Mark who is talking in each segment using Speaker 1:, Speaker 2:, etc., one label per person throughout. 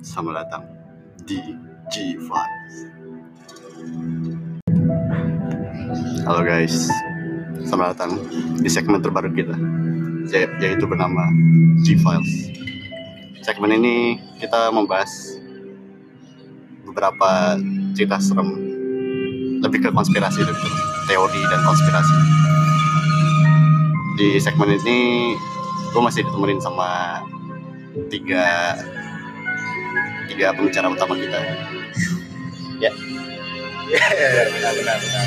Speaker 1: Selamat datang di G5. Halo guys, selamat datang di segmen terbaru kita, ya- yaitu bernama G-Files. Segmen ini kita membahas beberapa cerita serem, lebih ke konspirasi dan teori dan konspirasi. Di segmen ini, gue masih ditemenin sama tiga tiga pembicara utama kita.
Speaker 2: Iya, benar benar benar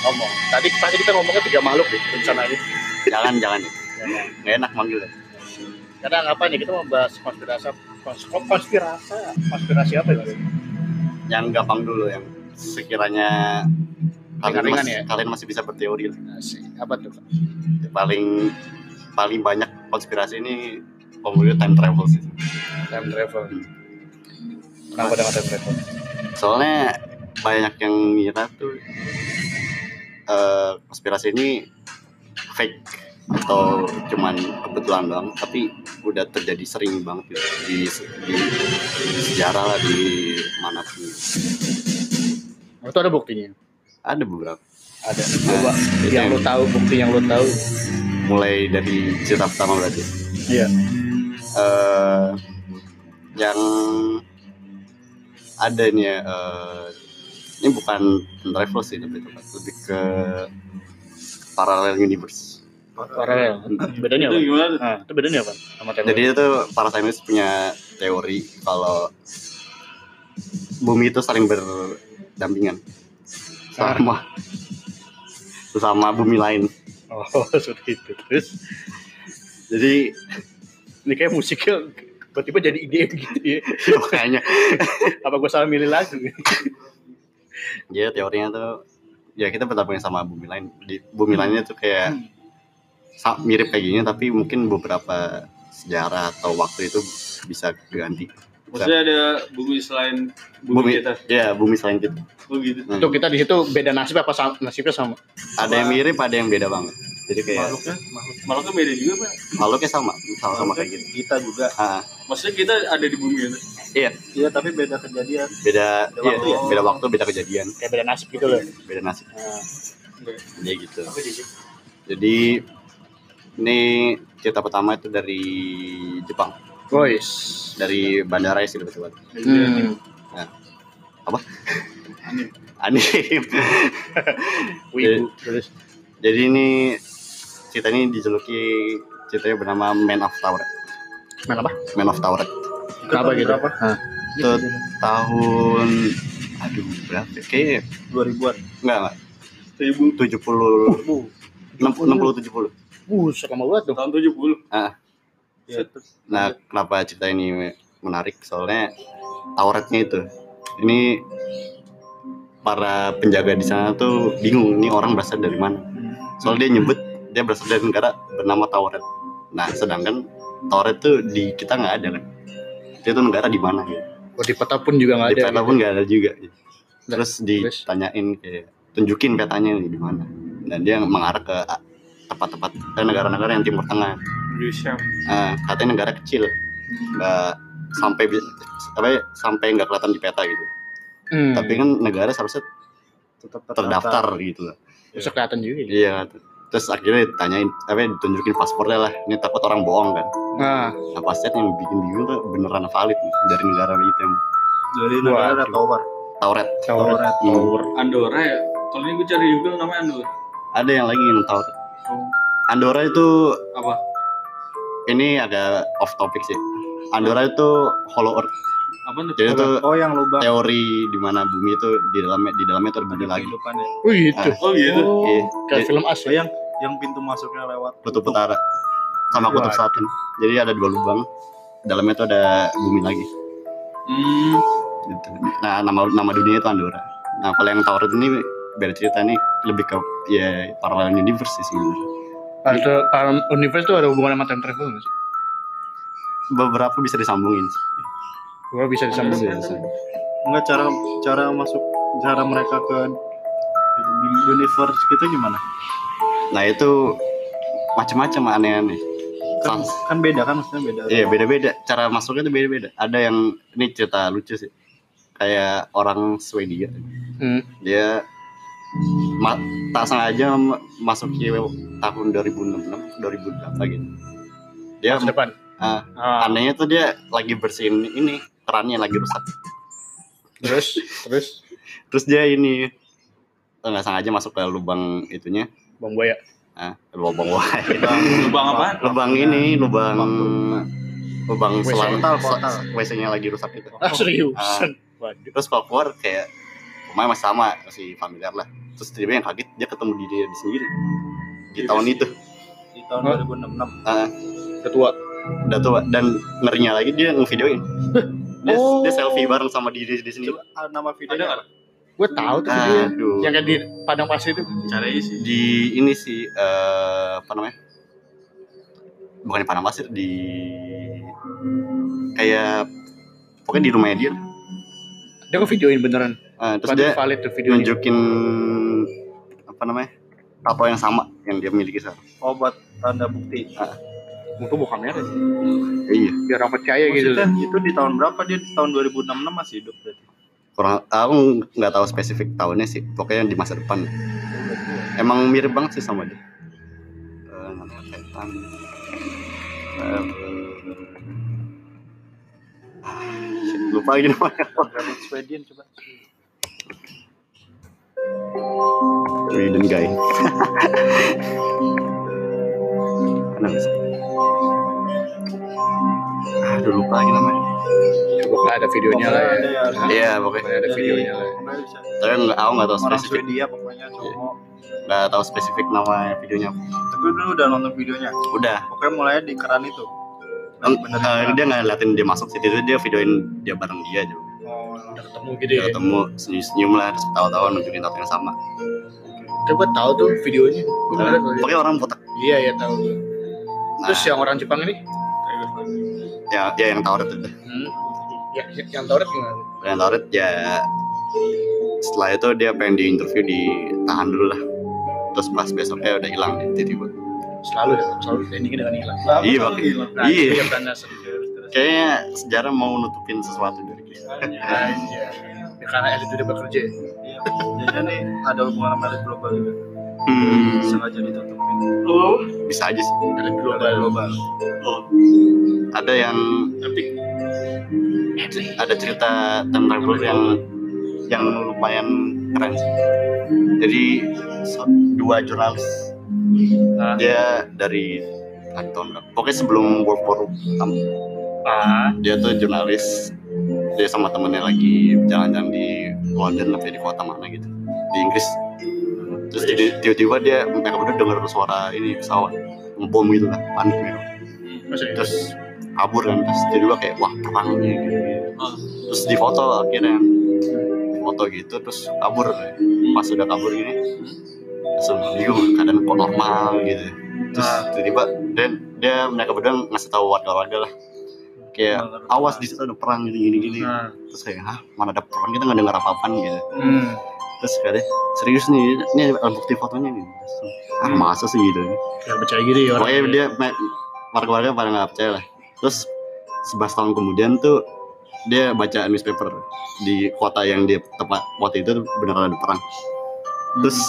Speaker 2: ngomong tadi pasti kita ngomongnya tiga makhluk deh rencananya
Speaker 1: Jangan jangan, nggak enak manggil.
Speaker 2: karena apa nih kita membahas konspirasi kons kok konspirasi konspirasi apa ya Mas?
Speaker 1: Yang gampang dulu yang sekiranya kalian,
Speaker 2: Ringan-ringan
Speaker 1: masih,
Speaker 2: ya?
Speaker 1: kalian masih bisa berteori. lah.
Speaker 2: apa tuh
Speaker 1: Paling paling banyak konspirasi ini pembuluh time travel sih.
Speaker 2: time travel kenapa dengan time travel
Speaker 1: Soalnya banyak yang ngira tuh eh, konspirasi ini fake atau cuman kebetulan doang tapi udah terjadi sering banget gitu di, di, di sejarah lah di mana pun
Speaker 2: itu ada buktinya
Speaker 1: ada beberapa
Speaker 2: ada coba
Speaker 1: Itu yang
Speaker 2: yang lo tahu bukti yang lo tahu
Speaker 1: mulai dari cerita pertama berarti
Speaker 2: iya
Speaker 1: eh yang ada nih ya, eh, ini bukan travel sih tapi tepat lebih ke parallel universe Iya.
Speaker 2: paralel bedanya apa nah, itu bedanya apa sama time
Speaker 1: jadi itu para saintis punya teori kalau bumi itu saling berdampingan sama sama bumi lain
Speaker 2: travel? oh seperti itu terus
Speaker 1: jadi
Speaker 2: ini kayak musiknya tiba-tiba jadi ide gitu ya
Speaker 1: makanya
Speaker 2: apa gue salah milih lagu
Speaker 1: Jadi teorinya tuh ya kita berdampingan sama bumi lain. Di bumi lainnya tuh kayak sa- mirip kayak gini tapi mungkin beberapa sejarah atau waktu itu bisa ganti.
Speaker 3: Maksudnya ada bumi selain bumi,
Speaker 1: Bumi.
Speaker 3: kita.
Speaker 1: Ya bumi selain kita.
Speaker 3: Oh gitu.
Speaker 1: Hmm.
Speaker 2: itu kita di situ beda nasib apa sama, nasibnya sama
Speaker 1: Ada yang mirip, ada yang beda banget. Jadi kayak
Speaker 3: Makhluknya, makhluk- makhluknya beda juga, Pak.
Speaker 1: makhluknya sama, sama sama kayak gitu.
Speaker 4: kita juga
Speaker 1: Ah,
Speaker 3: Maksudnya kita ada di bumi itu.
Speaker 4: iya tapi beda kejadian
Speaker 1: beda
Speaker 4: Beda
Speaker 1: iya,
Speaker 4: waktu ya?
Speaker 1: beda waktu, beda kejadian,
Speaker 2: kayak beda nasib gitu loh
Speaker 1: beda nasib.
Speaker 2: Nah,
Speaker 1: Jadi gitu. Jadi ini cerita pertama itu dari Jepang,
Speaker 2: boys
Speaker 1: dari Bandara Sri Betul.
Speaker 2: hmm.
Speaker 1: Anime.
Speaker 2: wibu terus
Speaker 1: Jadi ini cerita ini dijuluki ceritanya bernama Man of Tower.
Speaker 2: main apa Iya,
Speaker 1: Man of Tower
Speaker 2: kenapa gitu
Speaker 4: berapa?
Speaker 2: Hah.
Speaker 1: itu tahun aduh berapa? ya? Kayaknya
Speaker 4: dua ribuan
Speaker 1: enggak enggak
Speaker 3: Seribu
Speaker 1: 70
Speaker 2: bu
Speaker 1: 60 70.
Speaker 2: buset lama Uh, banget dong
Speaker 3: tahun Iya. 70.
Speaker 1: Ah.
Speaker 4: ya,
Speaker 1: Nah, kenapa cerita ini menarik? Soalnya Tauratnya itu. Ini para penjaga di sana tuh bingung nih orang berasal dari mana.
Speaker 2: Hmm.
Speaker 1: Soalnya dia nyebut dia berasal dari negara bernama Taurat. Nah, sedangkan Taurat tuh di kita nggak ada kan. Dia tuh negara di mana ya?
Speaker 2: oh, di peta pun juga nggak
Speaker 1: Di
Speaker 2: ada gitu.
Speaker 1: peta pun nggak ada juga. gitu. Terus
Speaker 2: terus?
Speaker 1: ditanyain kayak tunjukin petanya nih di mana. Dan dia mengarah ke a- tempat-tempat eh, negara-negara yang timur tengah.
Speaker 3: Indonesia.
Speaker 1: Nah, katanya negara kecil
Speaker 3: Hmm.
Speaker 1: nggak sampai bi- apa ya, sampai nggak kelihatan di peta gitu
Speaker 2: Hmm.
Speaker 1: tapi kan negara seharusnya
Speaker 4: tetap
Speaker 1: terdaftar gitu lah
Speaker 2: bisa kelihatan juga ya.
Speaker 1: iya terus akhirnya ditanyain apa ya, ditunjukin paspornya lah ini takut orang bohong kan
Speaker 2: nah
Speaker 1: nah paspornya yang bikin bingung tuh beneran valid nih, dari negara itu yang
Speaker 4: dari negara
Speaker 2: Waduh.
Speaker 4: tower
Speaker 1: Tauret
Speaker 2: Taurat
Speaker 1: Hmm.
Speaker 3: Andorra ya. Kalau ini gue cari Google namanya Andorra.
Speaker 1: ada yang lagi yang Tauret
Speaker 3: Oh,
Speaker 1: Andorra itu
Speaker 3: apa?
Speaker 1: ini agak off topic sih Andorra itu hollow earth
Speaker 3: Apa tuh?
Speaker 1: jadi itu
Speaker 4: oh yang lubang
Speaker 1: teori di mana bumi itu di dalamnya di dalamnya itu ada bumi lagi
Speaker 4: kehidupan ya
Speaker 2: oh gitu
Speaker 3: Oh gitu.
Speaker 2: oh,
Speaker 1: Iya.
Speaker 2: kayak film as
Speaker 4: oh,
Speaker 2: ya
Speaker 4: yang yang pintu masuknya lewat
Speaker 1: kutub utara sama kutub
Speaker 2: Wah.
Speaker 1: selatan jadi ada dua lubang dalamnya itu ada bumi lagi
Speaker 3: Hmm.
Speaker 1: gitu. nah nama nama dunia itu Andorra nah kalau yang Taurat ini beda cerita nih lebih ke ya paralel universe sih sebenarnya
Speaker 2: itu film universe tuh ada hubungan sama time travel nggak sih
Speaker 1: beberapa bisa disambungin
Speaker 2: gua bisa
Speaker 1: Iya,
Speaker 2: disambung
Speaker 1: Bisa disambung.
Speaker 4: enggak cara cara masuk cara mereka ke universe gitu gimana
Speaker 1: nah itu macam-macam aneh-aneh
Speaker 4: kan,
Speaker 1: Sans.
Speaker 4: kan beda kan maksudnya beda
Speaker 1: Iya beda-beda cara masuknya tuh beda-beda. Ada yang ini cerita lucu sih. Kayak orang Swedia.
Speaker 4: Hmm.
Speaker 1: Dia ma- tak sengaja ma- masuk ke tahun 2006, 2008 gitu. Dia
Speaker 2: Masa depan.
Speaker 1: Ah.
Speaker 2: Ah,
Speaker 1: anehnya tuh dia lagi bersihin ini kerannya lagi rusak.
Speaker 2: terus terus
Speaker 1: Terus dia ini nggak sengaja masuk ke lubang itunya.
Speaker 2: Bang Buaya.
Speaker 1: Ah, lubang wah.
Speaker 3: Lubang, lubang apa?
Speaker 1: Lubang ini, lubang lubang
Speaker 2: WC.
Speaker 1: selang
Speaker 4: Portal, portal.
Speaker 1: WC-nya lagi rusak itu.
Speaker 2: Ah,
Speaker 1: Ah.
Speaker 2: seriusan. Waduh.
Speaker 1: terus kalau keluar kayak rumahnya masih sama masih familiar lah terus tiba-tiba yang kaget dia ketemu diri dia sendiri di
Speaker 3: Iya,
Speaker 1: tahun
Speaker 3: sih.
Speaker 1: itu
Speaker 4: di tahun
Speaker 2: Hah?
Speaker 4: 2066
Speaker 2: Ketua.
Speaker 1: udah tua dan ngerinya lagi dia ngevideoin dia,
Speaker 2: Oh.
Speaker 1: dia selfie bareng sama diri dia sendiri
Speaker 4: coba ah, nama
Speaker 3: Ada
Speaker 4: videonya
Speaker 3: nggak?
Speaker 4: apa?
Speaker 2: Gue tahu tuh dia.
Speaker 1: aduh
Speaker 2: ya. Yang kayak di padang pasir itu.
Speaker 3: Caranya sih.
Speaker 1: di ini sih eh apa namanya bukan di Padang Pasir di kayak pokoknya di rumahnya dia
Speaker 2: Dia kok videoin beneran.
Speaker 1: Eh, terus dia
Speaker 2: Berarti valid tuh videonya.
Speaker 1: nunjukin apa namanya tato yang sama yang dia miliki sekarang
Speaker 4: oh buat tanda bukti
Speaker 2: Itu buka kamera sih.
Speaker 1: iya
Speaker 2: Biar orang percaya gitu.
Speaker 4: maksudnya itu di tahun berapa dia di tahun 2066 masih hidup berarti
Speaker 1: kurang aku nggak tahu spesifik tahunnya sih pokoknya di masa depan emang mirip banget sih sama dia Eh, namanya Titan Eh, ah, shit, lupa lagi namanya
Speaker 4: Dragon Sweden coba
Speaker 1: Sweden guy Mana nggak sih? aduh lupa lagi namanya
Speaker 2: Pokoknya ada videonya lah ya.
Speaker 4: Pokoknya ada ya.
Speaker 1: iya pokoknya
Speaker 2: Pokoknya ada
Speaker 4: Dari-
Speaker 2: videonya lah.
Speaker 4: pokoknya bisa
Speaker 1: tapi nggak aku nggak tahu
Speaker 4: orang
Speaker 1: spesifik
Speaker 4: Swedia pokoknya cowok
Speaker 1: nggak tahu spesifik nama videonya
Speaker 4: tapi dulu udah nonton videonya
Speaker 1: udah
Speaker 4: pokoknya mulai di keran itu Nah,
Speaker 1: Em,
Speaker 4: Bener
Speaker 1: eh, dia nggak ngeliatin dia masuk sih, dia, dia videoin dia bareng dia aja.
Speaker 4: oh,
Speaker 2: Udah ketemu gitu
Speaker 1: Dia
Speaker 2: ya.
Speaker 1: ketemu senyum-senyum lah, terus ketawa-tawa nunjukin tato yang sama.
Speaker 2: Kan gue tahu tuh videonya. Gua
Speaker 1: Nah,
Speaker 2: ngeliat tuh.
Speaker 1: Pokoknya orang botak.
Speaker 2: Iya iya tahu. gua.
Speaker 1: Nah,
Speaker 2: Terus yang orang Jepang ini?
Speaker 3: Iya.
Speaker 1: ya, ya yang tauret itu.
Speaker 2: Hmm. Ya, ya- yang Tauret gimana?
Speaker 1: Yang tauret ya setelah itu dia pengen diinterview ditahan dulu lah. Terus pas besoknya udah hilang dia tiba-tiba.
Speaker 2: Selalu ya, selalu endingnya dengan hilang.
Speaker 4: lama
Speaker 1: Iya,
Speaker 4: tuh
Speaker 1: Bang.
Speaker 4: gila.
Speaker 2: Nah,
Speaker 1: Iya.
Speaker 2: itu yang tanda seru.
Speaker 1: Kayaknya sejarah mau nutupin sesuatu dari kita.
Speaker 2: Aja. Ya, Karena elit udah bekerja. ya.
Speaker 4: Iya. Jadinya nih ada hubungan sama elit global juga
Speaker 1: Hmm,
Speaker 4: sengaja ditutupin
Speaker 1: bisa aja sih.
Speaker 2: Elit
Speaker 4: Elit
Speaker 2: global.
Speaker 4: global
Speaker 2: Oh.
Speaker 1: Ada yang
Speaker 3: Tapi
Speaker 1: ada cerita tentang traveler yang yang lumayan keren sih. Jadi so- dua jurnalis
Speaker 2: Hah?
Speaker 1: dia dari ah, tahun berapa? Pokoknya sebelum World War One,
Speaker 2: Ah,
Speaker 1: dia tuh jurnalis dia sama temennya lagi jalan-jalan di London apa di kota mana gitu di Inggris terus jadi tiba-tiba dia mereka berdua dengar suara ini pesawat ngebom gitu lah panik gitu
Speaker 2: maksudnya
Speaker 1: terus kabur kan terus tiba-tiba kayak wah perang nih gitu,
Speaker 3: Ah.
Speaker 1: terus di foto akhirnya foto gitu terus kabur pas udah kabur gini langsung bingung keadaan kok normal gitu terus tiba-tiba dan dia mereka berdua ngasih tahu warga-warga lah kayak awas di situ ada perang gini gini gini
Speaker 2: Nah,
Speaker 1: terus kayak hah mana ada perang kita nggak dengar apa apaan gitu
Speaker 2: hmm.
Speaker 1: terus katanya serius nih ini ada bukti fotonya nih Terus, ah masa sih gitu
Speaker 2: Gak percaya gitu ya orang.
Speaker 1: pokoknya dia me- warga-warga pada nggak percaya lah terus 11 tahun kemudian tuh dia baca newspaper di kota yang dia tempat waktu itu beneran ada perang
Speaker 2: Hmm.
Speaker 1: terus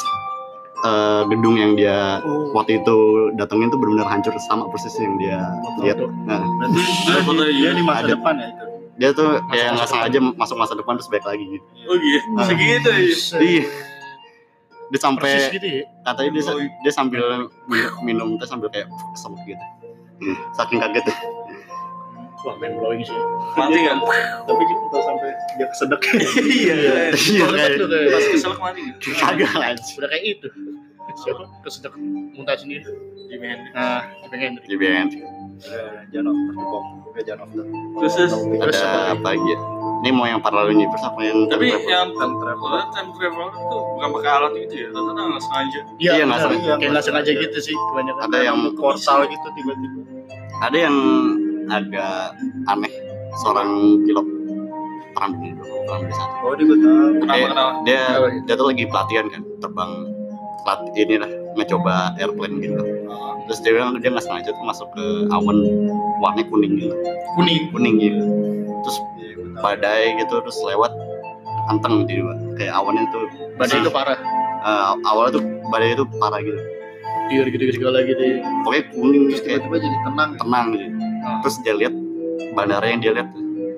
Speaker 1: eh, gedung yang dia
Speaker 4: oh
Speaker 1: waktu itu datengin tuh benar-benar hancur sama persis yang dia lihat nah,
Speaker 4: berarti dia
Speaker 3: Ada foto
Speaker 4: di- dia
Speaker 3: iya.
Speaker 4: di masa
Speaker 1: Ada.
Speaker 4: depan ya itu
Speaker 1: dia tuh
Speaker 2: masa
Speaker 1: kayak nggak
Speaker 2: depan.
Speaker 1: sengaja masuk masa depan terus balik lagi gitu
Speaker 3: Oh gitu,
Speaker 1: Ah.
Speaker 3: segitu ya.
Speaker 1: iya dia
Speaker 2: Persis
Speaker 1: sampai
Speaker 2: gitu ya.
Speaker 1: katanya dia, dia sambil mi- minum teh sambil kayak kesel gitu Hmm, saking kaget
Speaker 2: Wah, main blowing sih.
Speaker 3: Mati kan?
Speaker 4: tapi kita udah sampai dia kesedek
Speaker 3: Iya.
Speaker 1: Iya, kayak-
Speaker 3: Pas kesel mati kan?
Speaker 1: kagak aja
Speaker 2: Udah kayak itu. Siapa? Kesedak muntah sendiri.
Speaker 3: Jimi Hendrix.
Speaker 2: Nah, Jimi Hendrix.
Speaker 1: di band
Speaker 4: Eh, jangan over bom Eh, jangan over
Speaker 3: Terus, terus.
Speaker 2: Terus apa
Speaker 1: ada apa lagi ya ini mau yang paralel universe apa yang
Speaker 3: Tapi
Speaker 1: travel?
Speaker 3: yang
Speaker 4: Time travel.
Speaker 3: Kalau time travel itu bukan pakai alat gitu ya, ternyata nggak sengaja.
Speaker 1: Iya, nggak
Speaker 2: benar.
Speaker 1: sengaja.
Speaker 2: Kayak nggak sengaja gitu sih kebanyakan.
Speaker 1: Ada yang-
Speaker 4: portal gitu tiba-tiba
Speaker 1: ada yang agak aneh seorang pilot perang dunia dua perang dunia satu
Speaker 4: oh dia gue tahu
Speaker 3: Kenapa
Speaker 1: Eh,
Speaker 3: kenapa?
Speaker 1: dia
Speaker 2: Kenapa gitu?
Speaker 1: dia tuh lagi pelatihan kan terbang lat ini lah ngecoba airplane gitu terus dia bilang dia nggak sengaja tuh masuk ke awan warnanya kuning gitu
Speaker 3: kuning
Speaker 1: kuning gitu terus
Speaker 4: Iya,
Speaker 1: badai gitu terus lewat anteng di kayak awannya tuh
Speaker 2: Badai
Speaker 1: Nah.
Speaker 2: itu parah.
Speaker 1: eh, awalnya tuh badai itu parah gitu
Speaker 2: Tiur gitu-gitu segala gitu. ya.
Speaker 1: pokoknya kuning
Speaker 4: Iya, terus
Speaker 1: terus kayak
Speaker 4: tiba-tiba jadi tenang ya? Ah.
Speaker 1: tenang gitu terus dia lihat bandara yang dia lihat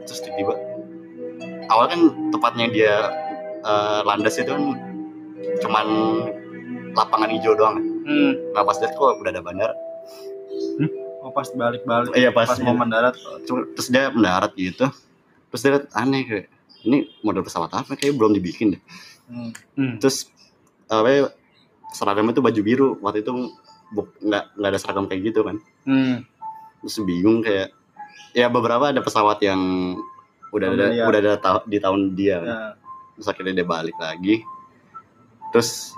Speaker 1: terus tiba-tiba awal kan tempatnya yang dia eh, landas itu kan cuman lapangan hijau doang ya.
Speaker 2: Hmm.
Speaker 1: nah pas lihat kok udah ada bandara
Speaker 4: oh pas balik-balik
Speaker 1: iya
Speaker 4: pas mau mendarat
Speaker 1: Cuma- terus dia mendarat gitu terus dia liat, aneh kayak ini model pesawat apa kayak belum dibikin deh
Speaker 4: hmm.
Speaker 1: terus apa seragamnya tuh baju biru waktu itu bu- nggak nggak ada seragam kayak gitu kan
Speaker 2: Hmm.
Speaker 1: terus bingung kayak ya beberapa ada pesawat yang udah ada
Speaker 4: Pembelian.
Speaker 1: udah ada ta- di tahun dia kan.
Speaker 4: ya,
Speaker 1: terus akhirnya dia balik lagi terus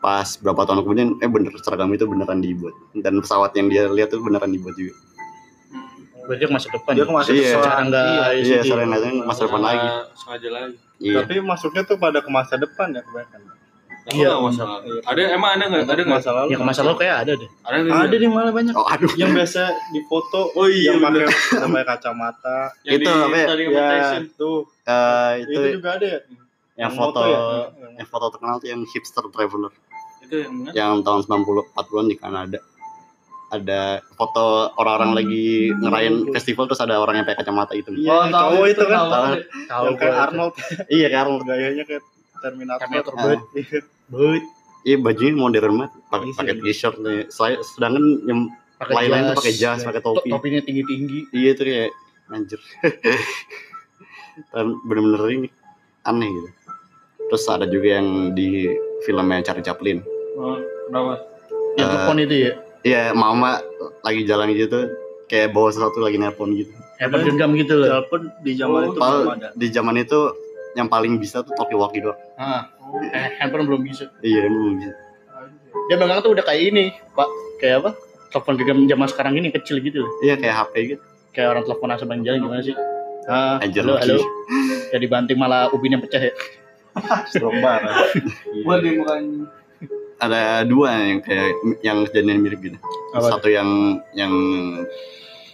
Speaker 1: pas berapa tahun kemudian eh bener seragam itu beneran dibuat dan pesawat yang dia lihat tuh beneran dibuat juga
Speaker 2: Berarti yang masuk depan.
Speaker 4: dia kok masuk ke
Speaker 1: Iya.
Speaker 4: seorang-
Speaker 2: Cara nggak
Speaker 1: iya soalnya nanti masa depan lagi
Speaker 3: sengaja lagi
Speaker 1: iya
Speaker 4: tapi masuknya tuh pada ke masa depan ya kebanyakan
Speaker 3: Aku
Speaker 2: Iya.
Speaker 3: nggak masalah ada emang ada nggak ada
Speaker 4: Ke
Speaker 3: nggak
Speaker 4: masa lalu
Speaker 2: Ya ke masa lalu kayak ada deh.
Speaker 3: ada nggak?
Speaker 4: ada di malah banyak
Speaker 1: oh aduh
Speaker 4: Iya. yang biasa di foto
Speaker 3: oh iya
Speaker 4: yang
Speaker 3: bener. Iya,
Speaker 4: pakai yang pakai kacamata
Speaker 3: Yang
Speaker 1: Itu,
Speaker 3: di-
Speaker 1: apa ya?
Speaker 3: tadi yang
Speaker 4: ya
Speaker 3: Tyson.
Speaker 4: tuh
Speaker 1: Eh,
Speaker 4: itu,
Speaker 1: itu
Speaker 4: juga ada ya
Speaker 1: yang foto Iya,
Speaker 4: ya?
Speaker 1: yang foto terkenal tuh yang hipster traveler
Speaker 3: itu yang mana
Speaker 1: yang tahun 90 40-an di Kanada ada foto orang-orang lagi ngerayain festival terus ada orang yang pakai kacamata gitu. itu
Speaker 4: Hmm. Iya, yang
Speaker 3: tahu,
Speaker 4: cowok itu kan
Speaker 3: tahu.
Speaker 1: Tahu.
Speaker 2: Tahu
Speaker 4: yang kayak
Speaker 2: gua.
Speaker 4: Arnold
Speaker 1: iya kan
Speaker 4: gayanya kayak Terminator
Speaker 2: Terminator
Speaker 1: banget.
Speaker 4: Iya.
Speaker 2: Beut.
Speaker 1: iya bajunya modern banget pakai
Speaker 4: Iya sih.
Speaker 1: pakai t-shirt nih Selain- sedangkan yang
Speaker 2: Pakai
Speaker 1: lain-lain tuh
Speaker 2: jas.
Speaker 1: pakai jas pakai
Speaker 2: To-
Speaker 1: topi
Speaker 2: Topinya tinggi-tinggi.
Speaker 1: iya itu kayak anjir Dan bener-bener ini aneh gitu terus ada juga yang di filmnya Charlie Chaplin
Speaker 3: Oh, kenapa
Speaker 2: Yang
Speaker 1: Eh.
Speaker 2: telepon itu ya.
Speaker 1: iya mama lagi jalan gitu kayak bawa sesuatu lagi nelpon gitu
Speaker 2: Handphone genggam gitu loh.
Speaker 4: walaupun di zaman
Speaker 3: Oh,
Speaker 4: itu
Speaker 1: Padahal
Speaker 4: belum ada
Speaker 1: di zaman itu yang paling bisa tuh talkie-walkie doang
Speaker 2: Ah, eh, handphone belum bisa.
Speaker 1: iya emang bisa
Speaker 2: Dia megang tuh udah kayak ini, Pak. Kayak apa? Telepon genggam zaman sekarang ini kecil gitu loh.
Speaker 1: iya kayak HP gitu
Speaker 2: Kayak orang telepon asal jalan gimana sih? Ah,
Speaker 1: Anjir,
Speaker 2: halo, halo.
Speaker 1: Loki.
Speaker 2: Jadi banting malah ubinnya pecah ya.
Speaker 4: stroke bar
Speaker 3: gua di muka
Speaker 1: ada dua yang kayak yang kejadian mirip gitu
Speaker 2: Apa
Speaker 1: satu yang yang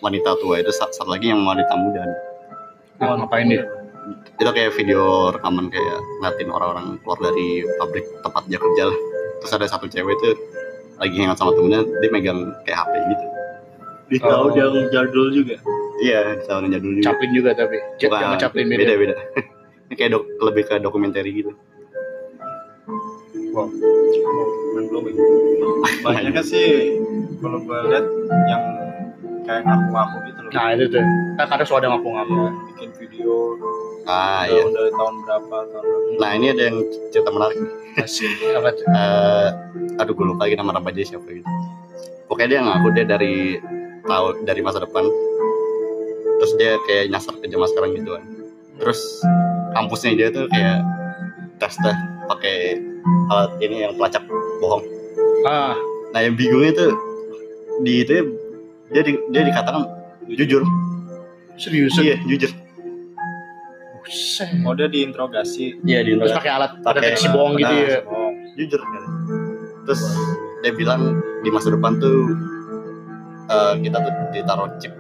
Speaker 1: wanita tua itu sa- satu lagi yang wanita muda Oh,
Speaker 2: Ah, ngapain dia?
Speaker 1: itu kayak video rekaman kayak ngatin orang-orang keluar dari pabrik tempat dia kerja lah terus ada satu cewek tuh lagi hangout sama temennya dia megang kayak HP gitu
Speaker 4: di tahun yang jadul juga
Speaker 1: iya tahun jadul juga
Speaker 2: Capin juga tapi. Cep,
Speaker 1: Bukan,
Speaker 2: jangan capin
Speaker 1: beda
Speaker 2: beda.
Speaker 1: beda ini kayak dok, lebih ke dokumenter gitu
Speaker 4: banyaknya sih kalau gue lihat yang kayak ngaku-ngaku gitu loh
Speaker 2: Nah, itu tuh. Kan kadang suka ada ngapung-ngapung.
Speaker 4: Iya, bikin video
Speaker 1: ah iya
Speaker 4: tahun dari tahun berapa tahun berapa
Speaker 1: nah ini ada yang cerita menarik
Speaker 2: Masih apa tuh?
Speaker 1: Eh, aduh gue lupa lagi nama remaja siapa gitu pokoknya dia ngaku dia dari tahu dari masa depan terus dia kayak nyasar ke zaman sekarang gitu kan terus kampusnya dia tuh kayak tes dah pakai alat ini yang pelacak bohong
Speaker 2: Ah,
Speaker 1: nah yang bingungnya tuh di itu dia di- dia dikatakan jujur
Speaker 2: serius.
Speaker 1: iya jujur
Speaker 2: Buset.
Speaker 4: oh dia diinterogasi
Speaker 1: iya di
Speaker 2: Terus pakai alat
Speaker 1: Pakai
Speaker 2: deteksi bohong gitu
Speaker 1: alat.
Speaker 2: ya.
Speaker 4: oh
Speaker 1: jujur kan terus dia bilang di masa depan tuh eh, kita tuh ditaruh chip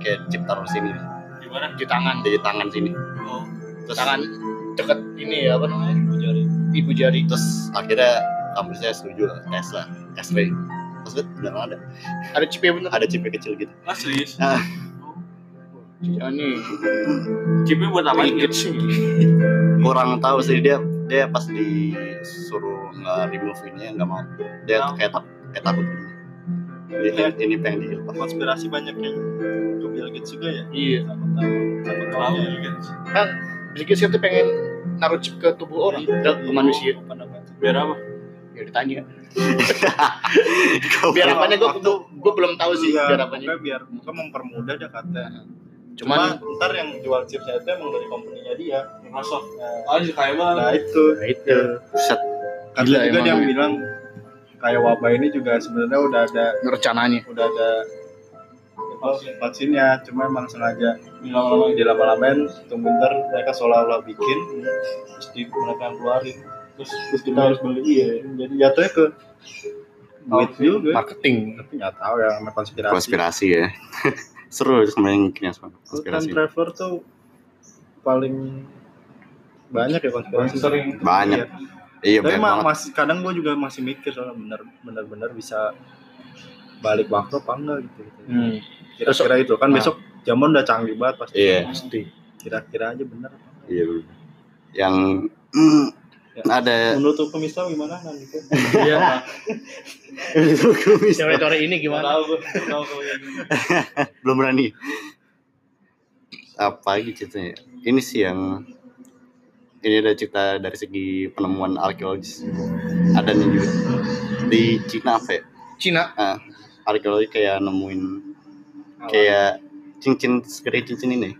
Speaker 1: kayak chip taruh sini
Speaker 3: gimana
Speaker 2: Di tangan.
Speaker 1: di tangan sini
Speaker 3: oh
Speaker 1: terus
Speaker 2: tangan deket ini ya apa namanya ibu jari ibu jari
Speaker 1: terus akhirnya kampusnya setuju lah tes lah tes ray terus dia beneran ada
Speaker 2: ada chip ya bener
Speaker 1: ada chipnya kecil gitu
Speaker 3: ah serius
Speaker 1: Ah.
Speaker 2: jangan nih
Speaker 3: chipnya buat apa
Speaker 2: Ribet sih
Speaker 3: gitu
Speaker 1: kurang tahu sih dia dia pas disuruh nggak remove ini nggak mau dia tuh kayak tak kayak takut gitu. Jadi kayak ini pengen dilepas
Speaker 4: konspirasi banyak yang ke Bill Gates juga ya Iya.
Speaker 2: iya
Speaker 4: takut tahu takut
Speaker 3: tahu
Speaker 4: tahu
Speaker 3: juga
Speaker 2: sedikit sih tuh pengen naruh chip ke tubuh orang ke, ke manusia
Speaker 3: biar apa
Speaker 2: ya ditanya
Speaker 1: Kau-
Speaker 2: biar apanya gue
Speaker 4: Waktu-
Speaker 2: gue gue belum tahu sih
Speaker 4: Iya,
Speaker 2: biar
Speaker 4: makanya
Speaker 2: apanya
Speaker 4: biar muka mempermudah dia kata.
Speaker 2: cuman
Speaker 4: Cuma ntar yang jual chipnya itu emang dari company-nya dia.
Speaker 3: Microsoft
Speaker 4: Nah,
Speaker 3: ah sih kayak
Speaker 4: Nah
Speaker 3: mana
Speaker 4: itu
Speaker 2: Nah, itu
Speaker 1: set
Speaker 4: kata
Speaker 2: Gila,
Speaker 4: juga
Speaker 2: emang
Speaker 4: dia
Speaker 2: ya.
Speaker 4: bilang kayak wabah ini juga sebenarnya udah ada
Speaker 2: rencananya
Speaker 4: udah ada apa, vaksinnya cuma emang sengaja
Speaker 3: lama-lama
Speaker 4: di lama-lamain tunggu ntar mereka seolah-olah bikin terus di mereka yang keluarin terus, terus kita harus beli iya jadi jatuhnya ke duit juga
Speaker 2: marketing
Speaker 4: tapi nggak tahu ya sama konspirasi,
Speaker 1: konspirasi ya seru sebenarnya mungkin ya Sob,
Speaker 4: Terus kan
Speaker 1: konspirasi
Speaker 4: traveler tuh paling banyak ya konspirasi
Speaker 3: sering
Speaker 1: banyak
Speaker 4: Iya.
Speaker 1: iya
Speaker 4: tapi
Speaker 1: banyak
Speaker 4: ma-
Speaker 1: banget
Speaker 4: masih kadang gue juga masih mikir soalnya bener bener bener bisa balik waktu apa enggak gitu, gitu.
Speaker 2: hmm,
Speaker 4: kira-kira itu kan
Speaker 2: Nah.
Speaker 4: besok zaman udah canggih banget pasti
Speaker 1: Ah. iya
Speaker 2: pasti
Speaker 4: kira-kira aja bener apa enggak.
Speaker 1: iya bener. yang hmm,
Speaker 4: Ya.
Speaker 1: ada
Speaker 4: menurut hukum Islam gimana nanti
Speaker 2: iya
Speaker 1: belum
Speaker 2: teori-teori ini gimana
Speaker 3: tahu gue tahu kalau yang
Speaker 1: berani apa lagi ceritanya ini sih yang ini ada cerita dari segi penemuan arkeologis ada nih juga di Cina apa ya
Speaker 2: Cina
Speaker 1: arkeologi kayak nemuin kayak cincin segede cincin ini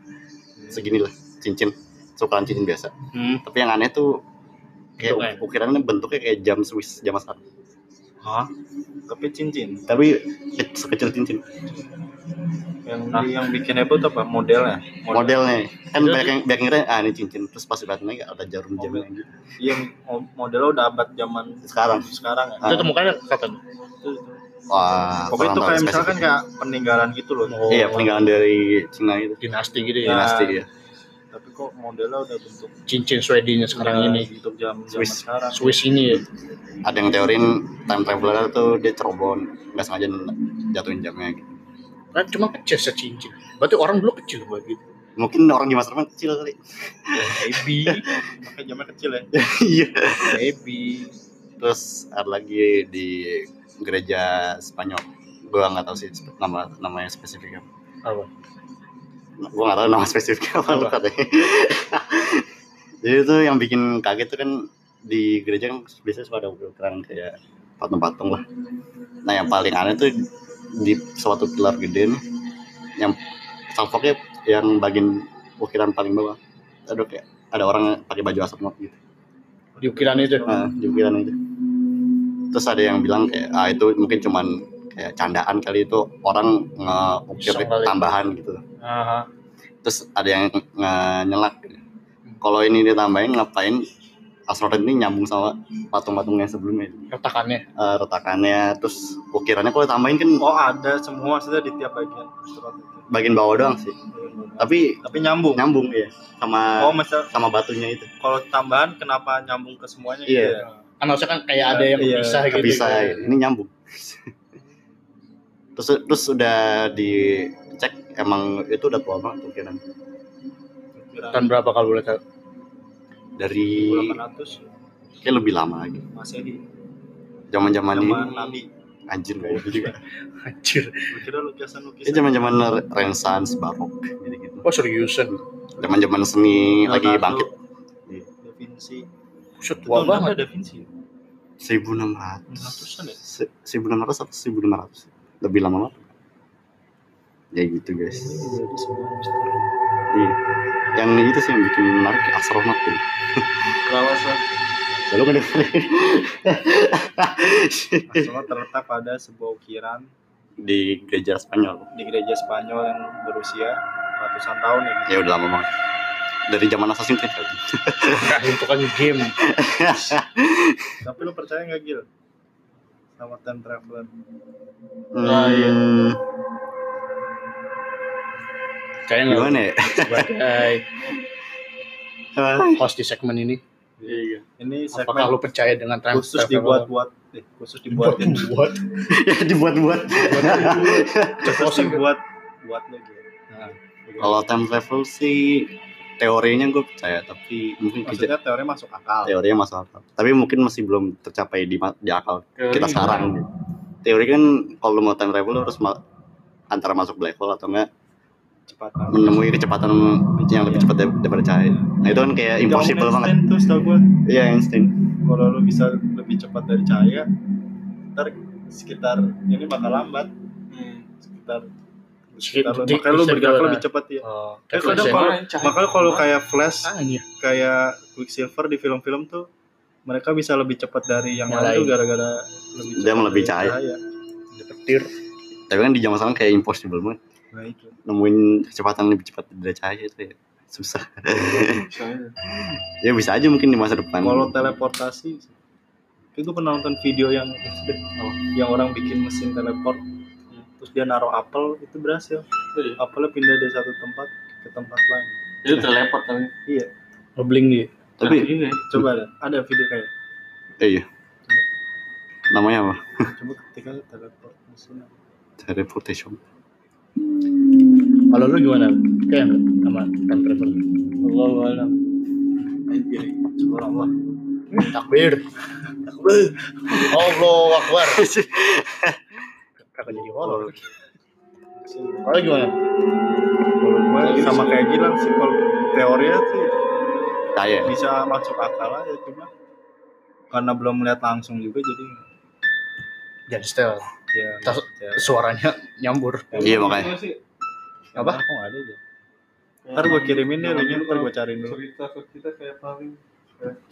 Speaker 1: segini lah cincin seukuran cincin biasa
Speaker 2: hmm.
Speaker 1: tapi yang aneh tuh kayak
Speaker 2: Bentuknya.
Speaker 1: ukurannya bentuknya kayak jam Swiss jam sekarang
Speaker 4: Hah? tapi cincin
Speaker 1: tapi ke- sekecil cincin
Speaker 4: yang yang bikin apa tuh apa ya? modelnya
Speaker 1: modelnya kan
Speaker 2: Jadi-
Speaker 1: banyak yang, banyak yang ngira ah ini cincin terus pas dibalikin lagi ada jarum jam
Speaker 4: Mobil.
Speaker 1: yang gitu.
Speaker 4: Iya, mo- modelnya udah abad zaman
Speaker 1: Sekarang.
Speaker 4: sekarang ya.
Speaker 2: itu temukannya kapan
Speaker 4: Itu- itu.
Speaker 1: wah
Speaker 4: Pokoknya
Speaker 1: kurang tahu
Speaker 4: itu kayak
Speaker 1: spesifik.
Speaker 4: misalkan kayak peninggalan gitu loh.
Speaker 2: Oh.
Speaker 1: iya peninggalan dari Cina itu
Speaker 2: dinasti gitu ya
Speaker 4: Iya.
Speaker 1: dinasti ya
Speaker 4: Tapi kok modelnya udah bentuk
Speaker 2: cincin Swedinya
Speaker 4: udah
Speaker 2: sekarang ini
Speaker 4: bentuk zaman zaman
Speaker 1: Swiss.
Speaker 4: sekarang.
Speaker 2: Swiss ini ya
Speaker 1: ada yang teorin time traveler tuh dia cerobon nggak sengaja jatuhin jamnya gitu.
Speaker 2: kan cuma kecil secincin berarti orang dulu kecil buat gitu
Speaker 1: mungkin orang di masyarakat kecil kali
Speaker 2: maybe
Speaker 4: Makanya zaman kecil ya.
Speaker 1: iya
Speaker 2: maybe
Speaker 1: terus ada lagi di gereja Spanyol gua nggak tahu sih spe- nama namanya spesifiknya
Speaker 2: Apa?
Speaker 1: gua nggak tahu nama spesifiknya apa,
Speaker 2: Apa?
Speaker 1: lupa deh. jadi itu yang bikin kaget tuh kan di gereja kan biasanya suka ada ukuran kayak patung-patung lah nah yang paling aneh tuh di suatu pilar gede nih yang salvoknya yang bagian ukiran paling bawah aduh kayak ada orang pakai baju asap gitu
Speaker 2: di ukiran itu
Speaker 4: Iya.
Speaker 1: Ah, di pikiran itu. Terus ada yang bilang kayak ah itu mungkin cuman kayak candaan kali itu orang ngeukir
Speaker 2: Iseng kali.
Speaker 1: tambahan gitu.
Speaker 2: Aha.
Speaker 1: Terus ada yang nge- nyelak. Kalau ini ditambahin ngapain astronot ini nyambung sama patung-patung yang sebelumnya
Speaker 2: retakannya
Speaker 1: Eh, retakannya terus ukirannya kalau ditambahin kan
Speaker 4: Oh ada semua sudah di tiap bagian. surat itu.
Speaker 1: bagian bawah doang sih tapi
Speaker 4: Tapi nyambung.
Speaker 1: nyambung ya sama
Speaker 4: Oh misal
Speaker 1: sama batunya itu
Speaker 4: kalau tambahan kenapa nyambung ke
Speaker 1: Iya.
Speaker 4: semuanya gitu ya?
Speaker 2: kan harusnya kan kayak ada yang
Speaker 4: Iya,
Speaker 2: bisa gitu
Speaker 1: bisa
Speaker 2: kan.
Speaker 1: ini nyambung terus terus udah dicek emang itu udah tua banget ukiran Kan
Speaker 4: Kira-kira
Speaker 2: tahun berapa kalau boleh tahu
Speaker 1: dari
Speaker 4: 1800
Speaker 1: kayak lebih lama lagi
Speaker 4: Masehi.
Speaker 1: zaman zaman ini
Speaker 4: Zaman Nabi.
Speaker 1: anjir gak gitu juga
Speaker 2: anjir
Speaker 4: Gua Kira lukisan-lukisan.
Speaker 1: ini zaman zaman renaissance barok gitu gitu
Speaker 2: oh seriusan
Speaker 1: zaman zaman seni lagi
Speaker 4: Leonardo,
Speaker 1: bangkit
Speaker 4: Da Vinci.
Speaker 2: Buset,
Speaker 4: Wah,
Speaker 2: tua banget
Speaker 4: Da Vinci.
Speaker 1: 1600
Speaker 4: Ratusan ya?
Speaker 1: Se- 1600 atau 1500 lebih lama banget ya gitu guys
Speaker 4: Jadi semua misteri.
Speaker 1: iya yang itu sih yang bikin menarik astronot gitu
Speaker 3: kerawas lah
Speaker 1: Ya, lu kedengerin
Speaker 4: Astronot terletak pada sebuah ukiran
Speaker 1: di gereja Spanyol
Speaker 4: di gereja Spanyol yang berusia ratusan tahun ya gitu.
Speaker 1: ya udah lama banget dari zaman Assassin's Creed kali.
Speaker 2: itu kan game
Speaker 4: Tapi lu percaya nggak Gil? Sama time traveler.
Speaker 3: Ah, iya.
Speaker 1: Hmm,
Speaker 2: kayak nggak
Speaker 1: gimana ya
Speaker 2: sebagai
Speaker 1: Ah,
Speaker 2: host di segmen ini
Speaker 3: Iya,
Speaker 4: Ini
Speaker 2: apakah
Speaker 4: segmen
Speaker 2: lu percaya dengan trans-
Speaker 4: khusus
Speaker 2: travel?
Speaker 4: dibuat-buat, eh, khusus dibuatin,
Speaker 2: buat
Speaker 1: ya dibuat-buat
Speaker 4: khusus dibuat buat Iya. lu Gil.
Speaker 2: Nah,
Speaker 1: kalau time travel sih teorinya gue percaya tapi mungkin keja-
Speaker 4: Maksudnya teori masuk akal.
Speaker 1: teorinya masuk akal tapi mungkin masih belum tercapai di, ma- di akal kita sekarang teori kan kalau mau time travel lu harus ma- antara masuk black hole atau enggak
Speaker 4: Cepat banget.
Speaker 1: menemui kecepatan yang lebih cepat dar- daripada cahaya nah itu kan kayak impossible
Speaker 4: Ngomongin
Speaker 1: banget
Speaker 4: Einstein Tuh setahu gua,
Speaker 1: iya Einstein
Speaker 4: kalau lu bisa lebih cepat dari cahaya, ntar sekitar ini bakal lambat sekitar sekitar lu.
Speaker 2: Di-
Speaker 4: Makanya lu
Speaker 2: bisa
Speaker 4: bergerak
Speaker 2: dibilang,
Speaker 4: lebih cepat ya.
Speaker 2: oh,
Speaker 4: Eh,
Speaker 2: travel
Speaker 4: kadang
Speaker 2: saya-
Speaker 4: kalau- Makanya kalau kayak flash
Speaker 2: Ah, iya.
Speaker 4: kayak Quicksilver di film-film tuh mereka bisa lebih cepat dari yang
Speaker 2: Yang
Speaker 4: lain tuh
Speaker 2: lain.
Speaker 4: gara-gara lebih
Speaker 1: Dia
Speaker 4: cepat
Speaker 1: lebih
Speaker 4: dari
Speaker 1: cahaya.
Speaker 2: Ada petir
Speaker 1: tapi kan di zaman sekarang kayak impossible banget
Speaker 4: Nah itu.
Speaker 1: nemuin kecepatan lebih cepat dari cahaya itu ya susah
Speaker 3: Iya,
Speaker 1: ya bisa aja mungkin di masa depan
Speaker 4: Kalau teleportasi itu pernah nonton video yang yang orang bikin mesin teleport terus dia naruh apel itu berhasil.
Speaker 3: Iya.
Speaker 4: Apelnya pindah dari satu tempat ke tempat lain.
Speaker 3: Itu teleport kan?
Speaker 2: Oh,
Speaker 4: Ngebling dia.
Speaker 1: tapi
Speaker 3: Iya.
Speaker 4: Coba ada, ada video kayak
Speaker 1: eh, iya namanya apa
Speaker 4: coba ketika teleport mesin. apa?
Speaker 1: teleportation
Speaker 2: Kalau lu gimana? Kayak sama time travel.
Speaker 4: Allahu alam.
Speaker 3: Anjir.
Speaker 4: Subhanallah.
Speaker 2: Takbir. Takbir. Allah Akbar. Kakak jadi horor. Kalau gimana?
Speaker 4: Kalau gue sama kayak Gilang sih kalau teorinya sih
Speaker 1: kayak
Speaker 4: bisa masuk akal aja cuma karena belum melihat langsung juga jadi
Speaker 2: Jadi style.
Speaker 4: ya
Speaker 2: Tas-
Speaker 4: ya.
Speaker 2: Suaranya nyambur.
Speaker 1: iya makanya
Speaker 2: Apa?
Speaker 4: Aku nggak ada aja. Ntar gue kirimin deh linknya, ntar gue cariin dulu.
Speaker 3: Cerita ke kita kayak paling.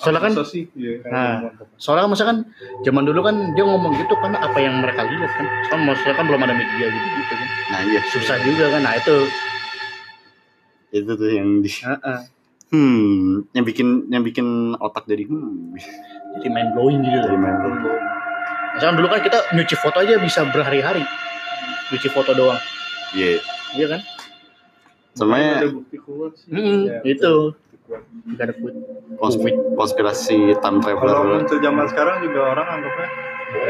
Speaker 2: Soalnya kan-
Speaker 3: Apa sih? Iya.
Speaker 2: Nah, soalnya masa kan zaman dulu kan dia ngomong gitu karena apa yang mereka lihat kan. Soalnya maksudnya kan belum ada media gitu, gitu kan.
Speaker 1: nah iya
Speaker 2: Susah juga kan. Nah itu.
Speaker 1: itu tuh yang di
Speaker 2: Heeh.
Speaker 1: hmm yang bikin yang bikin otak jadi hmm
Speaker 2: Jadi mind blowing gitu.
Speaker 1: jadi main dulu.
Speaker 2: Misalkan dulu kan kita nyuci foto aja bisa berhari-hari. Nyuci foto doang.
Speaker 1: iya
Speaker 2: Iya kan?
Speaker 1: sebenarnya
Speaker 3: Ada bukti kuat sih.
Speaker 2: Heeh,
Speaker 4: Iya,
Speaker 2: itu. Gak Gitu. ada kuit.
Speaker 1: kons-
Speaker 2: Kuit.
Speaker 1: konspirasi time
Speaker 4: Kalau
Speaker 1: traveler
Speaker 4: muncul zaman sekarang juga orang anggapnya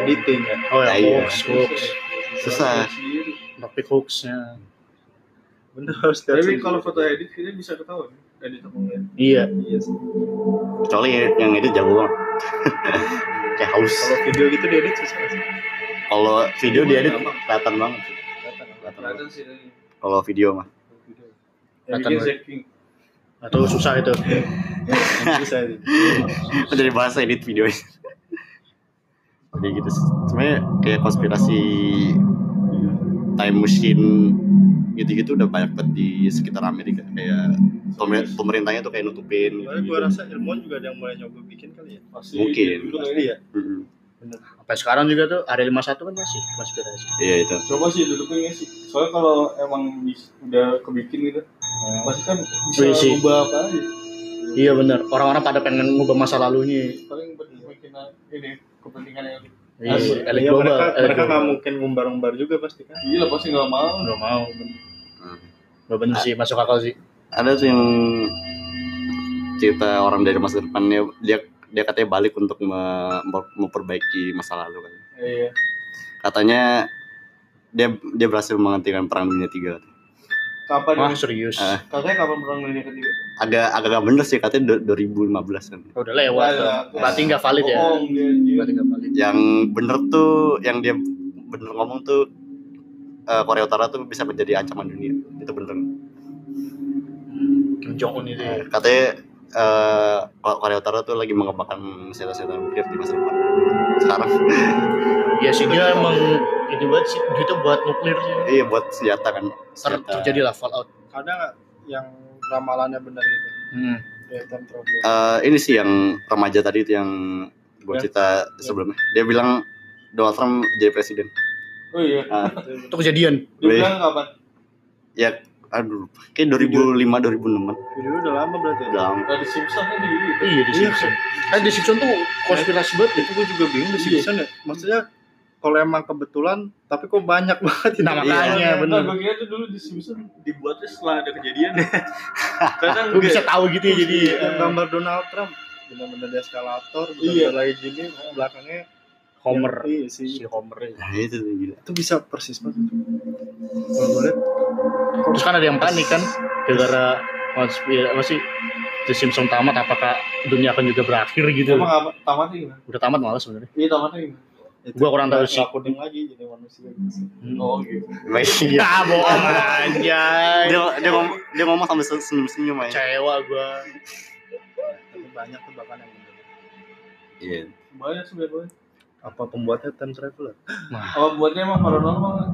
Speaker 4: editing ya.
Speaker 2: Oh
Speaker 1: Nah, iya.
Speaker 2: ya, hoax, hoax.
Speaker 1: Susah.
Speaker 2: Topik hoaxnya.
Speaker 4: Bener harus lihat
Speaker 3: Tapi
Speaker 4: sendiri.
Speaker 3: kalau foto edit kita bisa ketahuan. ya, Edit apa enggak?
Speaker 2: Iya.
Speaker 4: Iya sih.
Speaker 1: kecuali yang itu jago banget kayak haus
Speaker 4: Kalau video gitu diedit susah sih.
Speaker 1: kalau video dia edit kelihatan banget
Speaker 4: Kelihatan lah.
Speaker 1: Kelihatan banget.
Speaker 3: Kelihatan sih tadi.
Speaker 1: kalau video mah
Speaker 2: Kelihatan
Speaker 3: Yang bikin
Speaker 2: banget.
Speaker 3: Zack King.
Speaker 2: Atau susah itu.
Speaker 4: Susah sih.
Speaker 1: jadi bahasa edit video jadi gitu sih. sebenarnya kayak konspirasi time machine gitu-gitu udah banyak banget di sekitar Amerika kayak pemer- pemerintahnya tuh kayak nutupin
Speaker 4: Soalnya gue
Speaker 1: gitu-gitu.
Speaker 4: rasa ilmuwan juga ada yang mulai nyoba bikin kali ya.
Speaker 3: Pasti
Speaker 1: Mungkin.
Speaker 3: gitu juga
Speaker 4: Pasti
Speaker 3: ya.
Speaker 4: ya.
Speaker 1: Mm-mm.
Speaker 2: Sampai sekarang juga tuh area 51 kan masih konspirasi.
Speaker 1: iya itu
Speaker 3: Coba sih tutupin ya sih. Soalnya kalau emang bis- udah kebikin gitu, pasti kan
Speaker 2: Iya
Speaker 3: bisa
Speaker 2: sih.
Speaker 3: ubah apa aja.
Speaker 2: Iya benar. Orang-orang pada pengen ngubah masa lalunya.
Speaker 3: Paling berkepentingan ini kepentingan yang
Speaker 2: Iya,
Speaker 3: Asli.
Speaker 2: elit
Speaker 4: Iya, mereka
Speaker 2: global, elit
Speaker 4: mereka nggak
Speaker 2: global.
Speaker 4: mungkin ngumbar-ngumbar juga pasti kan.
Speaker 3: gila pasti nggak mau.
Speaker 2: nggak mau.
Speaker 1: Hmm.
Speaker 2: Nggak bener sih masuk akal sih.
Speaker 1: ada tuh yang cerita orang dari masa depannya dia dia katanya balik untuk me- me- memperbaiki masa lalu kan
Speaker 3: Iya.
Speaker 1: katanya dia dia berhasil menghentikan perang dunia tiga
Speaker 3: Kapan? ya?
Speaker 2: Wah serius.
Speaker 1: Ah.
Speaker 3: Katanya kapan perang dunia ketiga?
Speaker 1: agak agak gak bener sih katanya do- 2015 kan
Speaker 2: Udah lewat. tuh.
Speaker 3: Udah lewat.
Speaker 2: Berarti nggak valid ya.
Speaker 3: Bohong dia, dia.
Speaker 2: Berarti nggak valid.
Speaker 1: yang bener tuh yang dia bener ngomong tuh eh, Korea Utara tuh bisa menjadi ancaman dunia itu bener
Speaker 2: Kim Jong Un
Speaker 4: Iya.
Speaker 2: itu. ya.
Speaker 1: katanya eh, Ko- Korea Utara tuh lagi mengembangkan senjata-senjata nuklir di masa depan sekarang
Speaker 2: Iya sih dia emang ini buat sih dia tuh buat nuklir sih. Iya.
Speaker 1: iya buat senjata kan
Speaker 2: Ter
Speaker 1: senjata
Speaker 2: terjadilah fallout.
Speaker 4: Ada nggak yang ramalannya benar gitu?
Speaker 2: Hmm.
Speaker 4: Ya, time travel.
Speaker 1: Eh, ini sih yang remaja tadi itu yang gue
Speaker 4: Ya.
Speaker 1: cerita sebelumnya dia bilang Donald Trump jadi presiden
Speaker 3: Oh iya.
Speaker 2: Itu kejadian.
Speaker 3: Dia
Speaker 1: Weh.
Speaker 3: bilang kapan?
Speaker 1: aduh kayak 2005 2006
Speaker 4: Video udah lama
Speaker 1: kan.
Speaker 4: berarti. ya?
Speaker 1: udah lama
Speaker 3: Dari Simpson kan dia gitu.
Speaker 2: Iya di Simpson. Kan di Simpson tuh konspirasi banget deh.
Speaker 4: itu gue juga bingung
Speaker 2: Iya.
Speaker 4: di Simpson ya maksudnya kalau emang kebetulan tapi kok banyak banget itu
Speaker 2: Nah makanya bener.
Speaker 3: Nah, gue kira tuh dulu di Simpson dibuatnya setelah ada kejadian. Kadang
Speaker 2: Lu bisa tahu gitu ya jadi.
Speaker 4: yang Iya, gambar Donald Trump bener-bener di eskalator
Speaker 3: Iya.
Speaker 4: bener lagi gini oh, belakangnya
Speaker 2: Homer.
Speaker 4: iya
Speaker 2: Si
Speaker 4: sih
Speaker 2: Homer. ya.
Speaker 1: nah, itu tuh gila
Speaker 4: itu bisa persis banget kalau gue lihat
Speaker 2: Terus kan ada yang panik kan gara-gara konspirasi apa sih The Simpsons tamat apakah dunia akan juga berakhir gitu.
Speaker 3: Emang apa? Tamatnya gimana?
Speaker 2: Udah tamat malah sebenarnya.
Speaker 3: Iya tamatnya gimana?
Speaker 4: itu
Speaker 2: Gua kurang tahu
Speaker 4: nggak-
Speaker 2: sih.
Speaker 4: nggak kuning lagi jadi manusia
Speaker 2: Hmm.
Speaker 3: Oh gitu.
Speaker 1: Baik, iya.
Speaker 2: Ya bohong aja.
Speaker 1: dia dia ngomong dia ngomong sambil senyum senyum aja
Speaker 2: Kecewa gua.
Speaker 4: tapi banyak tuh bahkan yang bener
Speaker 1: iya
Speaker 3: Banyak sih banyak banget.
Speaker 4: apa pembuatnya time traveler
Speaker 3: Apa Oh, buatnya emang paranormal? kan?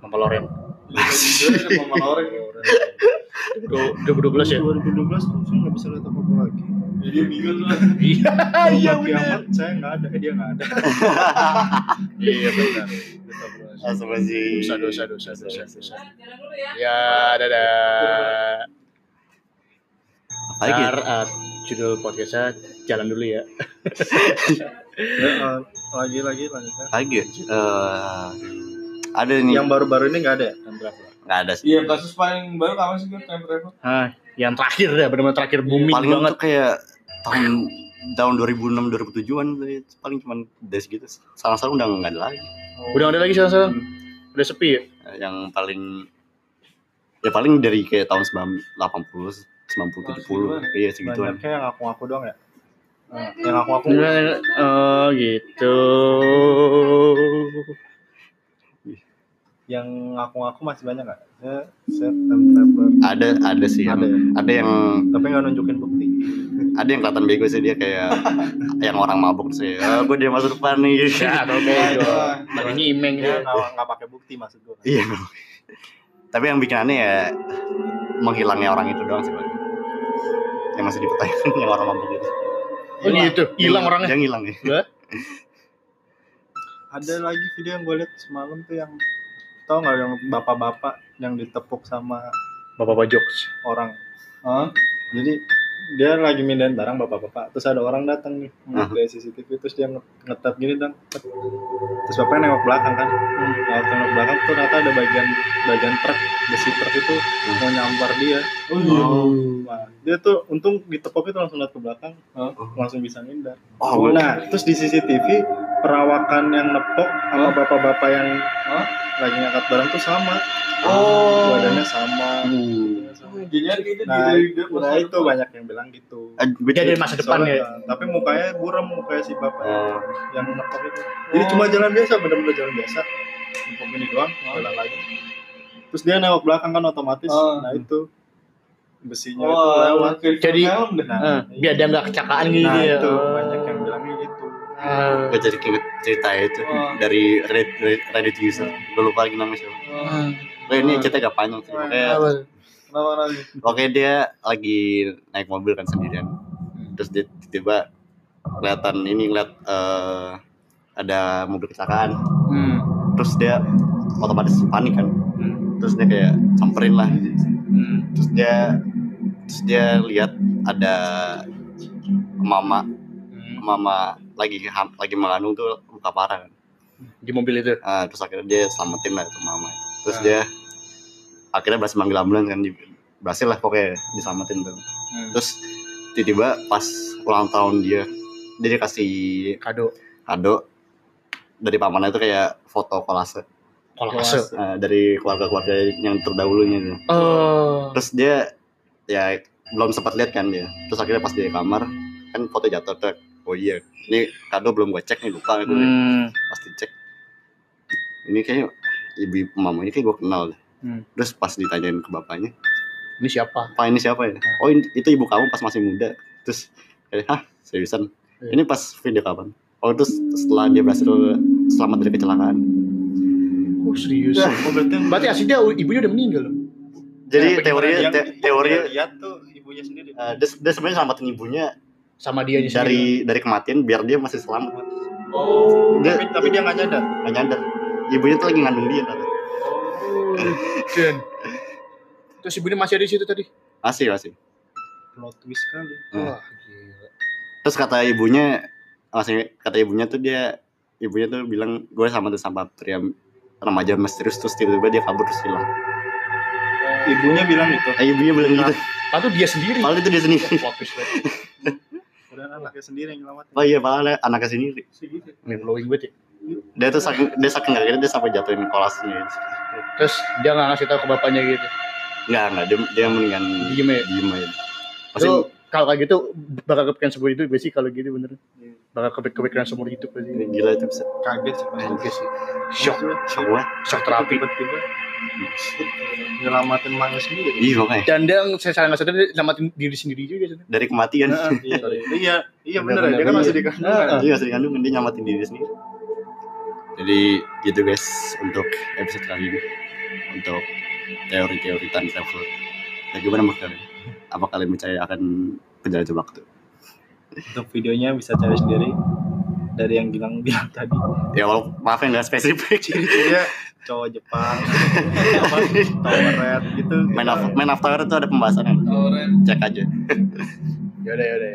Speaker 2: Mempeloreng.
Speaker 3: Iya, ada pemain orang.
Speaker 2: 2012 ya.
Speaker 4: 2012 langsung nggak bisa lihat apa-apa lagi
Speaker 3: Jadi bingung lah.
Speaker 2: Iya.
Speaker 4: iya kiamat saya nggak ada eh dia nggak ada
Speaker 2: Iya benar.
Speaker 1: Asal sih
Speaker 2: Dosa dosa dosa dosa dosa. Ya dadah.
Speaker 1: Lagi.
Speaker 5: Ntar, eh, judul podcastnya jalan dulu ya.
Speaker 4: Ya, eh, lagi lagi lanjutkan.
Speaker 1: Lagi. ya? Eh, ada nih.
Speaker 4: Yang baru-baru ini nggak ada ya? Time travel.
Speaker 1: nggak ada sih.
Speaker 3: Iya kasus paling baru apa sih kan time travel?
Speaker 5: Hah, Ah, yang terakhir deh, benar-benar terakhir booming
Speaker 1: paling
Speaker 5: banget.
Speaker 1: banget kayak tahun tahun 2006 2007-an tadi ya. paling cuman dari segitu sih. Sekarang-sekarang udah nggak ada lagi.
Speaker 5: Udah nggak ada lagi sekarang-sekarang? Udah sepi ya?
Speaker 1: Eh, Yang paling ya paling dari kayak tahun 90 80 90 70. Iya segituan.
Speaker 4: Banyaknya yang aku aku doang ya. Eh, yang aku aku
Speaker 2: Iya.
Speaker 5: Oh gitu.
Speaker 4: yang aku aku masih banyak nggak? Ya, set time travel.
Speaker 1: Ada ada sih
Speaker 4: Ada
Speaker 1: yang
Speaker 4: ya.
Speaker 1: ada yang
Speaker 4: Tapi nggak nunjukin bukti.
Speaker 1: ada yang kelihatan bego sih dia kayak yang orang mabuk terus kayak ah, gue dia masuk depan nih.
Speaker 5: Ya,
Speaker 4: Iya,
Speaker 5: kalau bego. Tapi ngimeng
Speaker 4: Ya
Speaker 5: ya.
Speaker 4: nggak nggak pakai bukti maksud gue.
Speaker 1: Iya. Tapi yang bikin aneh ya menghilangnya orang itu doang sih. Bang. Yang masih dipertanyakan yang orang mabuk itu.
Speaker 5: Oh gitu, hilang orangnya.
Speaker 1: Yang hilang ya.
Speaker 4: Ada lagi video yang gue lihat semalam tuh yang tau nggak yang bapak-bapak yang ditepuk sama
Speaker 5: Bapak-bapak jokes.
Speaker 4: orang.
Speaker 3: Hah?
Speaker 4: Jadi dia lagi mindahin barang bapak-bapak terus ada orang datang nih
Speaker 1: Ah.
Speaker 4: dari CCTV terus dia nge- ngetap gini dan terus bapaknya nengok belakang kan nah, waktu nengok belakang tuh ternyata ada bagian bagian truk besi truk itu mau nyambar dia
Speaker 3: Oh iya.
Speaker 4: Wah, dia tuh untung ditepok itu langsung lihat ke belakang
Speaker 3: Hah?
Speaker 4: langsung bisa ngindar
Speaker 1: Oh, gua-
Speaker 4: nah terus di CCTV perawakan yang nepok sama bapak-bapak yang
Speaker 3: Hah?
Speaker 4: lagi ngangkat barang tuh sama
Speaker 3: Oh.
Speaker 4: badannya sama
Speaker 3: Jadi kan gitu
Speaker 4: nah,
Speaker 1: Iya,
Speaker 3: dari dia
Speaker 4: nah itu banyak yang bilang gitu
Speaker 1: Eh, gua
Speaker 5: Dia dari masa depan
Speaker 4: Soalnya,
Speaker 5: ya.
Speaker 4: tapi mukanya buram mukanya si bapak ya,
Speaker 1: Eh,
Speaker 4: yang menepok itu jadi cuma jalan biasa bener-bener jalan biasa nepok ini doang
Speaker 5: Oh.
Speaker 4: jalan lagi terus dia nengok belakang kan otomatis
Speaker 3: Oh.
Speaker 4: nah itu besinya itu
Speaker 3: Wah,
Speaker 4: lewat
Speaker 5: Jadi-
Speaker 3: film deh.
Speaker 4: nah,
Speaker 5: Oh. Eh, biar dia nggak kecelakaan gitu
Speaker 4: nah
Speaker 5: ya.
Speaker 4: itu
Speaker 5: Oh.
Speaker 4: banyak yang bilangnya gitu
Speaker 5: Ah.
Speaker 1: gua jadi keinget cerita itu
Speaker 3: Oh.
Speaker 1: dari Reddit, Reddit- Reddit user. Gue lupa lagi namanya siapa.
Speaker 3: Oh,
Speaker 1: Oh, ini cerita agak panjang sih. Makanya
Speaker 2: iya.
Speaker 3: Kenapa lagi?
Speaker 1: Oke dia lagi naik mobil kan sendirian. Terus dia tiba-tiba kelihatan ini ngeliat eh, ada mobil kecelakaan. Terus dia otomatis panik kan. Terus dia kayak samperin lah.
Speaker 5: Hmm.
Speaker 1: Terus dia terus dia lihat ada mama mama lagi ham- lagi mengandung tuh luka parah kan.
Speaker 5: Di mobil itu.
Speaker 1: Ah, terus akhirnya dia selamatin lah itu mama. itu. Terus dia akhirnya berhasil manggil ambulans kan di berhasil lah pokoknya diselamatin tuh. Terus tiba-tiba pas ulang tahun dia dia dikasih
Speaker 5: Kado.
Speaker 1: kado dari pamannya itu kayak foto kolase
Speaker 5: Kolase.
Speaker 1: eh, dari keluarga-keluarga yang terdahulunya itu.
Speaker 5: Oh.
Speaker 1: Terus dia ya belum sempat lihat kan dia. Terus akhirnya pas dia di kamar kan foto jatuh tuh. Oh iya, ini kado belum gue cek nih lupa gue
Speaker 5: Hmm.
Speaker 1: pas dicek ini kayaknya ibu mamanya kayak gue kenal deh
Speaker 5: Hmm.
Speaker 1: terus pas ditanyain ke bapaknya
Speaker 5: Ini siapa?
Speaker 1: pak ini siapa ya oh ini, itu ibu kamu pas masih muda terus kayak hah seriusan
Speaker 5: Iya.
Speaker 1: ini pas video kapan oh terus setelah dia berhasil selamat dari kecelakaan
Speaker 5: Oh serius.
Speaker 4: oh berarti yang-
Speaker 5: Berarti aslinya ibunya udah meninggal loh. Iya,
Speaker 1: jadi
Speaker 4: yang-
Speaker 1: teorinya
Speaker 4: yang-
Speaker 1: te-
Speaker 4: yang
Speaker 1: teorinya
Speaker 4: dia lihat tuh ibunya sendiri
Speaker 1: eh, dia, dia sebenarnya selamatin ibunya
Speaker 5: Sama dia
Speaker 1: dari dari kematian biar dia masih selamat
Speaker 3: Oh.
Speaker 1: dia
Speaker 4: tapi, tapi dia nggak nyadar
Speaker 1: nggak nyadar ibunya tuh lagi ngandung dia tadi.
Speaker 5: Dan. Terus ibunya masih ada di situ tadi.
Speaker 1: masih masih
Speaker 4: plot twist kali
Speaker 1: Hmm.
Speaker 5: Wah, gila.
Speaker 1: terus kata ibunya masih kata ibunya tuh dia ibunya tuh bilang gue sama tuh sama pria remaja misterius terus tiba-tiba dia kabur terus hilang
Speaker 4: ibunya bilang gitu
Speaker 1: eh, ibunya bilang gitu
Speaker 5: Lalu dia sendiri.
Speaker 1: padahal itu dia sendiri
Speaker 5: Plot twist banget.
Speaker 4: kemudian anaknya sendiri yang nyelamatin
Speaker 1: oh iya padahal anaknya sendiri
Speaker 3: Segitu.
Speaker 5: Mind blowing banget ya.
Speaker 1: dia tuh saking dia saking gak dia sampai jatuhin kolasnya gitu.
Speaker 5: Terus dia nggak ngasih tahu ke bapaknya gitu.
Speaker 1: nggak nggak dia, dia mendingan
Speaker 5: Diem ya.
Speaker 1: diem aja pasti
Speaker 5: Itu kalau kayak gitu bakal kepikiran seumur hidup gak sih kalau gitu bener.
Speaker 4: Iya.
Speaker 5: Bakal kepik- kepikiran seumur hidup pasti.
Speaker 1: gila itu bisa
Speaker 4: kaget sih pasti.
Speaker 5: Oke sih. Shock,
Speaker 1: shock banget
Speaker 5: shock terapi.
Speaker 4: tiba-tiba nyelamatin mangga sendiri
Speaker 1: iya makanya
Speaker 5: Dan dia secara nggak sadar dia nyelamatin diri sendiri juga sebenarnya.
Speaker 1: dari kematian
Speaker 4: iya, iya, iya bener,
Speaker 5: Bener-bener,
Speaker 4: ya. Dia kan
Speaker 5: iya.
Speaker 4: masih di kandungan.
Speaker 1: dia masih dikandung dia nyamatin diri sendiri jadi gitu guys untuk episode kali ini untuk teori-teori time travel Ya, bagaimana menurut kalian apa kalian percaya akan penjelasan waktu
Speaker 4: Untuk videonya bisa cari sendiri dari yang Gilang bilang tadi.
Speaker 1: ya walau maaf ya nggak spesifik
Speaker 4: Ciri-cirinya cowok Jepang Iya. apa Towerhead gitu
Speaker 1: Man of, Man of Tower itu ada pembahasannya
Speaker 6: Tauret.
Speaker 1: cek aja
Speaker 4: yaudah yaudah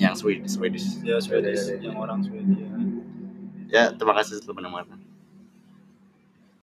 Speaker 1: yang Swedish Swedish
Speaker 4: Iya, ya Swedish yang orang Swedia
Speaker 1: ya terima kasih telah menemukan